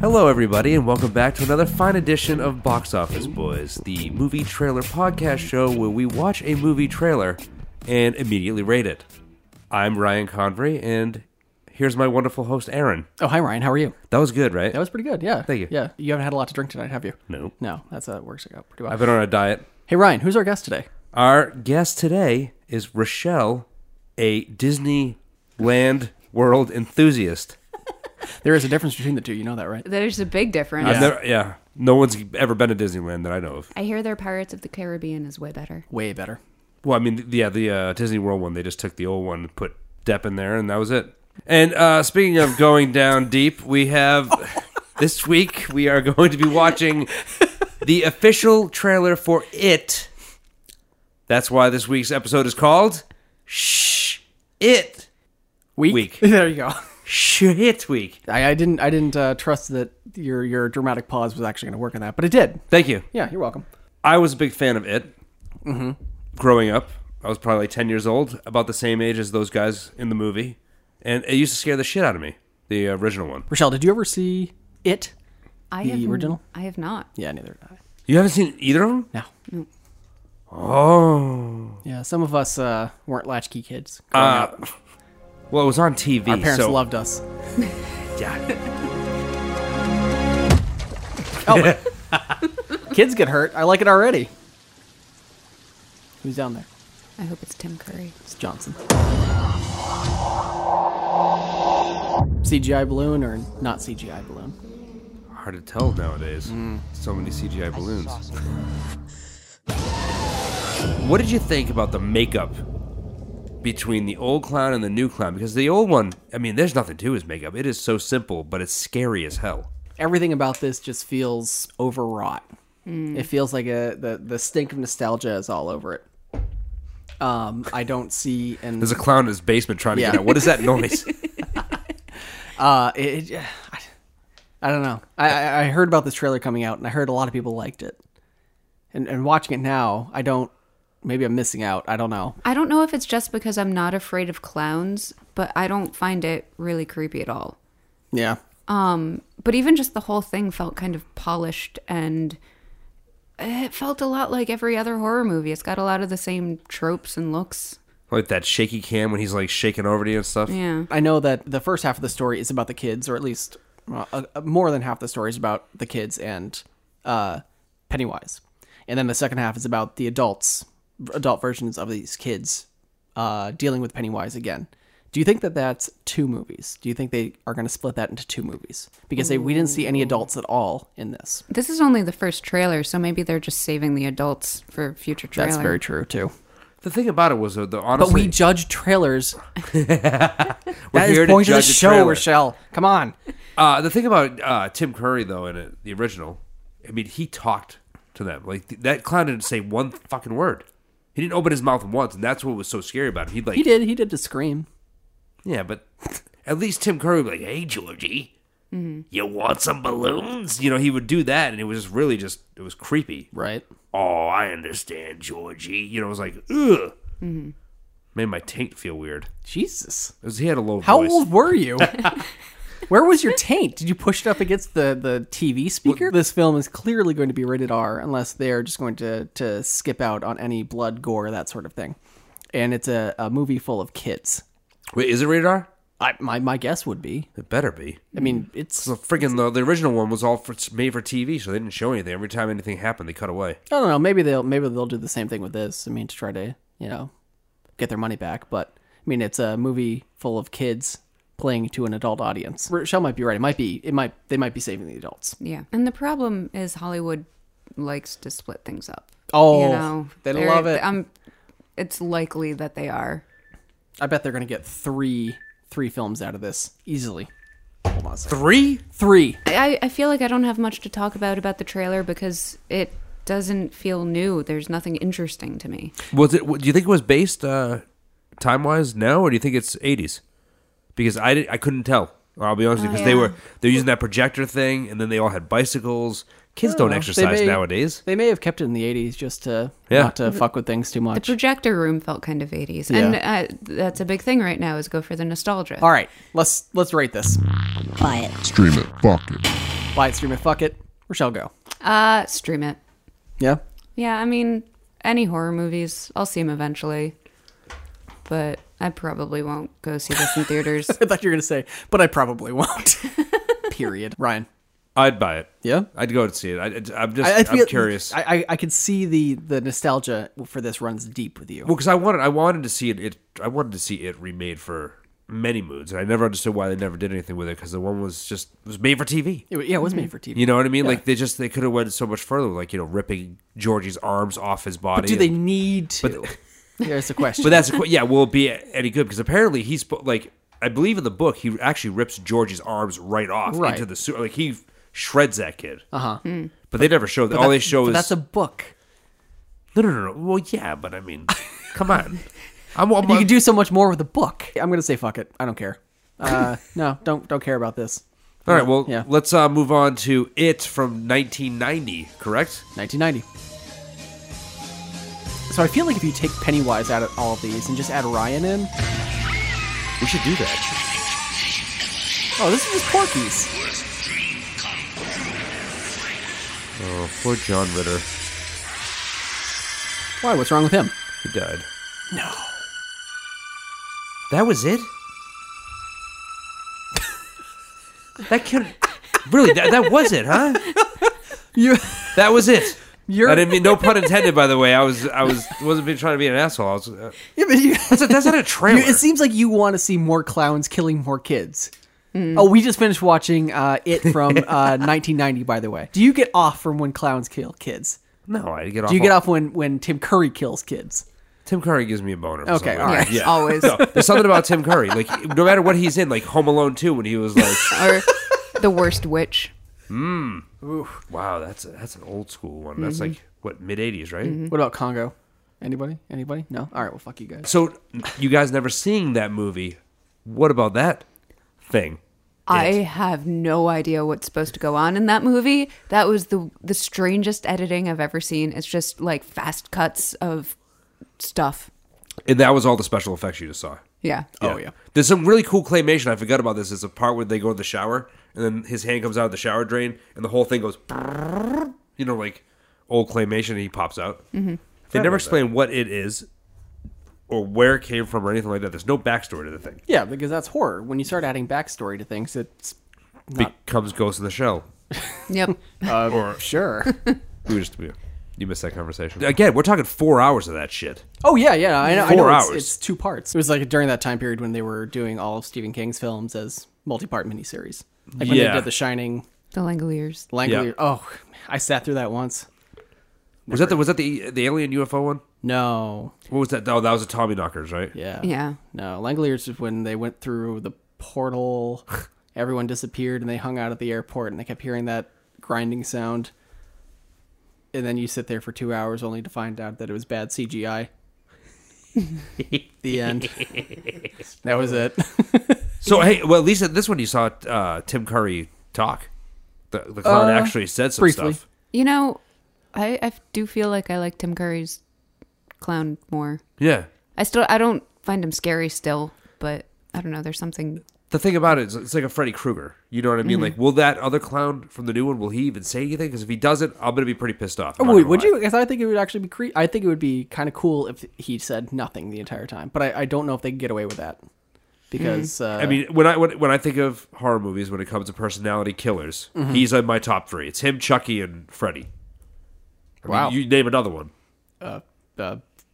Hello, everybody, and welcome back to another fine edition of Box Office Boys, the movie trailer podcast show where we watch a movie trailer and immediately rate it. I'm Ryan Convery, and here's my wonderful host, Aaron. Oh, hi Ryan. How are you? That was good, right? That was pretty good. Yeah. Thank you. Yeah. You haven't had a lot to drink tonight, have you? No. No. That's uh, works out pretty well. I've been on a diet. Hey Ryan, who's our guest today? Our guest today is Rochelle, a Disneyland world enthusiast. There is a difference between the two. You know that, right? There's a big difference. I've never, yeah, no one's ever been to Disneyland that I know of. I hear their Pirates of the Caribbean is way better. Way better. Well, I mean, th- yeah, the uh, Disney World one, they just took the old one, and put Depp in there, and that was it. And uh, speaking of going down deep, we have this week we are going to be watching the official trailer for It. That's why this week's episode is called Shh It Week. Week. there you go. Shh It Week. I, I didn't. I didn't uh, trust that your your dramatic pause was actually going to work on that, but it did. Thank you. Yeah. You're welcome. I was a big fan of it growing up. I was probably like 10 years old, about the same age as those guys in the movie. And it used to scare the shit out of me, the original one. Rochelle, did you ever see it? I The have n- original? I have not. Yeah. Neither did I. You haven't seen either of them? No. Oh. Yeah. Some of us uh, weren't latchkey kids. Uh, well, it was on TV. Our parents so, loved us. Yeah. Kids get hurt. I like it already. Who's down there? I hope it's Tim Curry. It's Johnson. CGI balloon or not CGI balloon? Hard to tell nowadays. So many CGI balloons. what did you think about the makeup between the old clown and the new clown? Because the old one, I mean, there's nothing to his makeup. It is so simple, but it's scary as hell. everything about this just feels overwrought. It feels like a the the stink of nostalgia is all over it. Um, I don't see and There's a clown in his basement trying to Yeah. get out. What is that noise? uh, it, it- I, I don't know. I, I I heard about this trailer coming out, and I heard a lot of people liked it. And and watching it now, I don't. Maybe I'm missing out. I don't know. I don't know if it's just because I'm not afraid of clowns, but I don't find it really creepy at all. Yeah, Um, but even just the whole thing felt kind of polished and it felt a lot like every other horror movie. It's got a lot of the same tropes and looks. like that shaky cam when he's like shaking over to you and stuff. Yeah. I know that the first half of the story is about the kids, or at least uh, uh, more than half the story is about the kids and uh, Pennywise, and then the second half is about the adults, adult versions of these kids uh, dealing with Pennywise again. Do you think that that's two movies? Do you think they are going to split that into two movies? Because they, we didn't see any adults at all in this. This is only the first trailer, so maybe they're just saving the adults for future trailer. That's very true too. The thing about it was though, the But honestly, we judge trailers. we're That is here point of the judge a show, trailer. Rochelle. Come on. Uh, the thing about uh, Tim Curry though in it, the original, I mean, he talked to them like th- that clown didn't say one fucking word. He didn't open his mouth once, and that's what was so scary about him. He'd like, He did. He did to scream. yeah, but at least Tim Curry would be like, "Hey, Georgie, Mm-hmm. you want some balloons?" You know, he would do that, and it was really just it was creepy. Right. oh, I understand, Georgie. You know, it was like, ugh. Mm-hmm. Made my taint feel weird. Jesus. It was, he had a low How voice. old were you? Where was your taint? Did you push it up against the, the TV speaker? This film is clearly going to be rated R unless they're just going to, to skip out on any blood, gore, that sort of thing. And it's a, a movie full of kids. Wait, is it radar? I, my, my guess would be. It better be. I mean, it's. The freaking the, the original one was all for, made for TV, so they didn't show anything. Every time anything happened, they cut away. I don't know. Maybe they'll maybe they'll do the same thing with this. I mean, to try to you know get their money back. But I mean, it's a movie full of kids playing to an adult audience. Rochelle might be right. It might be. It might. They might be saving the adults. Yeah. And the problem is Hollywood likes to split things up. Oh, you know, they they're- love it. I'm, it's likely that they are. I bet they're gonna get three three films out of this easily. Hold on a second. Three? Three. I, I feel like I don't have much to talk about about the trailer because it doesn't feel new. There's nothing interesting to me. Was it? Do you think it was based uh, time wise now, or do you think it's eighties? Because I, did, I couldn't tell. I'll be honest because Oh, they yeah. were they're using that projector thing, and then they all had bicycles. Kids don't Well, exercise Oh, they may- nowadays. They may have kept it in the 80s just to Yeah. not to fuck with things too The much. projector room felt kind of 80s. And uh, that's a big thing right now is go for the nostalgia. All right, let's let's rate this. Buy it. Stream it. Fuck it. Buy it, stream it, fuck it. Rochelle, go. Uh, stream it. Yeah. Yeah, I mean, any horror movies, I'll see them eventually. But I probably won't go see this in theaters. I thought you were gonna say, but I probably won't. Period. Ryan. I'd buy it. Yeah. I'd go to see it. I, I'm just I, I feel, I'm curious. I, I I could see the the nostalgia for this runs deep with you. Well, because I wanted, I wanted to see it, it. I wanted to see it remade for many moods, and I never understood why they never did anything with it. Because the one was just it was made for TV. It wa- yeah, it was made for TV. You know what I mean? Like they just they could have went so much further, like you know, ripping Georgie's arms off his body. Do they and- need to? There's the question. but that's a, que- yeah. Will it be any good? Because apparently he's spo- like I believe in the book he actually rips Georgie's arms right off Right. Uh-huh. into the sewer. Like he shreds that kid. Uh huh. But they never show that. But All that- they show but is that's a book. no, no, no, no. Well, yeah, but I mean, come on. I'm, I'm, You can do so much more with a book. I'm gonna say fuck it. I don't care. Uh, no, don't don't care about this. All right, well, Yeah. let's uh, move on to It from 1990, correct? 1990. So I feel like if you take Pennywise out of all of these and just add Ryan in, We should do that. oh, this is just Porky's. Oh, poor John Ritter. Why? What's wrong with him? He died. No. That was it? that could. Really, that, that was it, huh? You. That was it. You're- I didn't mean no pun intended, by the way. I was I was wasn't being, trying to be an asshole. I was, uh, Yeah, but you- that's, a, that's not a trailer. You- it seems like you want to see more clowns killing more kids. Oh, we just finished watching uh, it from uh, 1990, by the way. Do you get off from when clowns kill kids? no, I get off. Do you get on- off when when Tim Curry kills kids? Tim Curry gives me a boner. for Okay, some reason. all Yeah. right. Always. No, there's something about Tim Curry. Like no matter what he's in, like Home Alone 2 when he was like or The Worst Witch. Wow, that's a, that's an old school one. That's like what mid '80s, right? What about Congo? Anybody? Anybody? No. All right. Well, fuck you guys. So you guys never seeing that movie? What about that thing? I have no idea what's supposed to go on in that movie. That was the the strangest editing I've ever seen. It's just like fast cuts of stuff. And that was all the special effects you just saw. Yeah. Oh, yeah. There's some really cool claymation. I forgot about this. It's a part where they go in the shower, and then his hand comes out of the shower drain, and the whole thing goes, you know, like old claymation, and he pops out. Mm-hmm. They never explain what it is or where it came from or anything like that. There's no backstory to the thing. Yeah, because that's horror. When you start adding backstory to things, it's Becomes Ghost in the Shell. Yep. uh, sure. We were just we, you missed that conversation. Again, we're talking four hours of that shit. oh yeah, yeah. I know. I Four know it's, hours. it's two parts. It was like during that time period when they were doing all of Stephen King's films as multi-part miniseries. Like when Yeah. they did The Shining, the Langoliers. Langolier. Yeah. Oh, I sat through that once. Was that the was that the the alien UFO one? No. What was that? Oh, that was the Tommy Knockers, right? Yeah. Yeah. No. Langoliers is when they went through the portal, everyone disappeared, and they hung out at the airport, and they kept hearing that grinding sound. And then you sit there for two hours only to find out that it was bad CGI. the end. that was it. So hey, well at least at this one you saw uh, Tim Curry talk. The, the clown actually said some Uh, briefly. stuff. You know, I, I do feel like I like Tim Curry's clown more. Yeah. I still I don't find him scary still, but I don't know. There's something. The thing about it is it's like a Freddy Krueger. You know what I Mm-hmm. mean? Like, will that other clown from the new one will he even say anything? Because if he doesn't, I'm gonna be pretty pissed off. I'm not Wait, gonna would lie. you? Because I think it would actually be. Cre- I think it would be kind of cool if he said nothing the entire time. But I, I don't know if they can get away with that because uh, I mean, when I when, when I think of horror movies, when it comes to personality killers, Mm-hmm. he's in my top three. It's him, Chucky, and Freddy. I mean, Wow. you name another one. uh,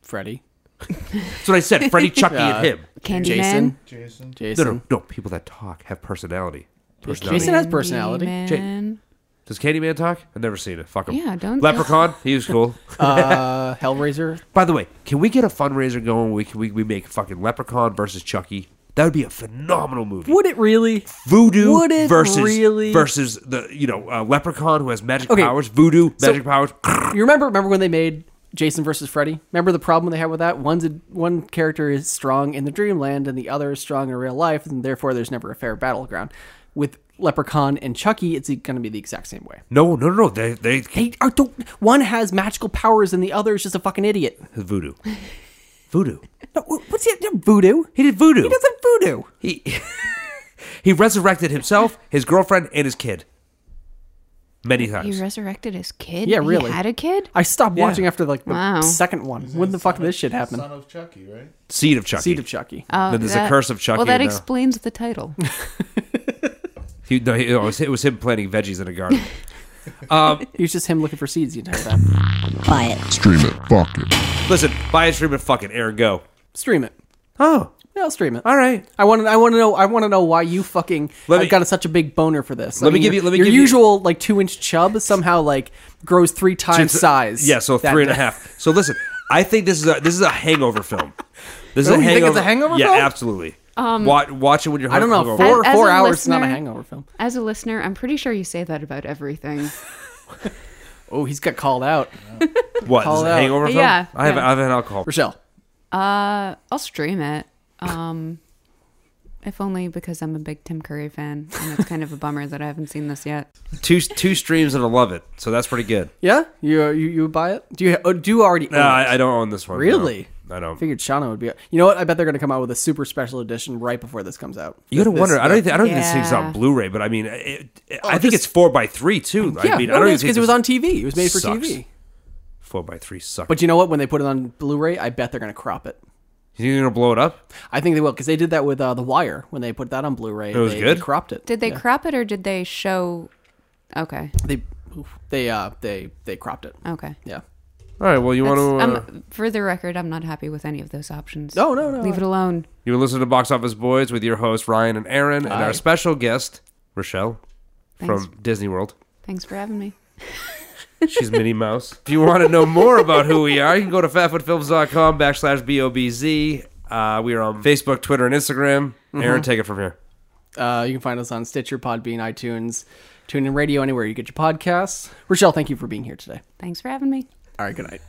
Freddy, That's what I said. Freddy, Chucky, and him. Candyman. Jason, Jason. No, Jason. no, no. People that talk have personality. Personality. Jason has personality. Candyman. Does Candyman talk? I've never seen it. Fuck him. Yeah, don't- Leprechaun. he was cool. Uh, Hellraiser. By the way, can we get a fundraiser going? We can, we we make fucking Leprechaun versus Chucky. That would be a phenomenal movie. Would it really? Voodoo would it versus really? versus the you know uh, Leprechaun who has magic Okay, powers. Voodoo so- magic powers. You remember? Remember when they made Jason versus Freddy. Remember the problem they had with that? One's a, one character is strong in the dreamland, and the other is strong in real life, and therefore there's never a fair battleground. With Leprechaun and Chucky, it's going to be the exact same way. No, no, no, no. They they They are don't, one has magical powers, and the other is just a fucking idiot. voodoo, voodoo. No, wh- What's it? Voodoo? He did voodoo. He doesn't voodoo. He he resurrected himself, his girlfriend, and his kid many times. He resurrected his kid. Yeah, really. He had a kid. I stopped watching after like the Wow. second one. When the fuck did this shit happen? Son of Chucky, right? Seed of Chucky. Seed of Chucky. Oh, Then there's a curse of Chucky Well, that now. explains the title. He- no, he- it, was, it was him planting veggies in a garden. it was just him looking for seeds the entire time. Stream it. Fuck it. Listen, buy a stream and fucking air and go. stream it. Oh, Yeah, I'll stream it. all right. I want to. I want to know. I want to know why you fucking Let I've me- got such a big boner for this. I Let me mean, give your- you- let me your give you- usual like two inch chub somehow like grows three times It's- size. Yeah, so that three and a day. half. So listen, I think this is a this is a hangover film. This Really? is a You think hangover. it's a hangover yeah, film? Um, absolutely. watch, watch it when you're. I don't know. hungover. Four As- as four a hours is not a listener- hangover film. As a listener, I'm pretty sure you say that about everything. Oh, he's got called out. What? This Call is a out. hangover film? Yeah, I have. yeah. I have an alcohol. Rochelle, Uh, I'll stream it. Um, if only because I'm a big Tim Curry fan, and it's kind of a bummer that I haven't seen this yet. Two two streams and I love it. So that's pretty good. yeah, you uh, you, you would buy it? Do you oh, do you already? No, I, I don't own this one. no. Really? I don't. figured Shauna would be. You know what? I bet they're gonna come out with a super special edition right before this comes out. You gotta This- wonder. I don't. Think, I don't think this Yeah. thing's on Blu-ray, but I mean, it, it- I Oh, think just- it's four by three too. Yeah, I mean, no, I don't even think because it this- was on TV. It was made for sucks. TV. four by three. Suck. But you know what? When they put it on Blu-ray, I bet they're gonna crop it. you think gonna blow it up? I think they will because they did that with uh, The Wire when they put that on Blu-ray. was they, good? They cropped it. Did they Yeah. crop it or did they show? Okay, They oof, they uh they they cropped it. okay. Yeah. All right. Well, you want to. That's- um, Uh, I'm- for the record, I'm not happy with any of those options. No, no, no. Leave it alone. you were listening to Box Office Boys with your host Ryan and Aaron, and our special guest Rochelle Thanks. from Disney World. Thanks for having me. She's Minnie Mouse. If you want to know more about who we are, you can go to fatfootfilms.com backslash BOBZ. Uh, we are on Facebook, Twitter, and Instagram. Mm-hmm. Aaron, take it from here. Uh, you can find us on Stitcher, Podbean, iTunes, TuneIn Radio, anywhere you get your podcasts. Rochelle, thank you for being here today. Thanks for having me. All right. Good night.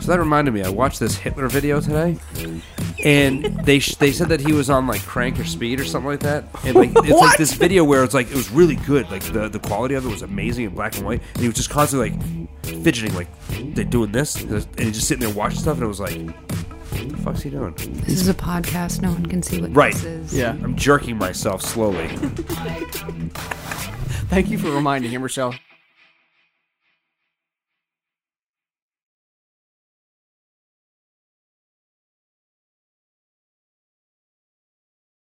So that reminded me, I watched this Hitler video today, and they sh- they said that he was on like crank or speed or something like that. And like it's like this video where it's like it was really good, like the the quality of it was amazing in black and white, and he was just constantly like fidgeting, like they doing this, and he just sitting there watching stuff, and it was like, what the fuck's he doing? This is a podcast. No one can see what Right. this is. Yeah. I'm jerking myself slowly. Thank you for reminding him, Rochelle.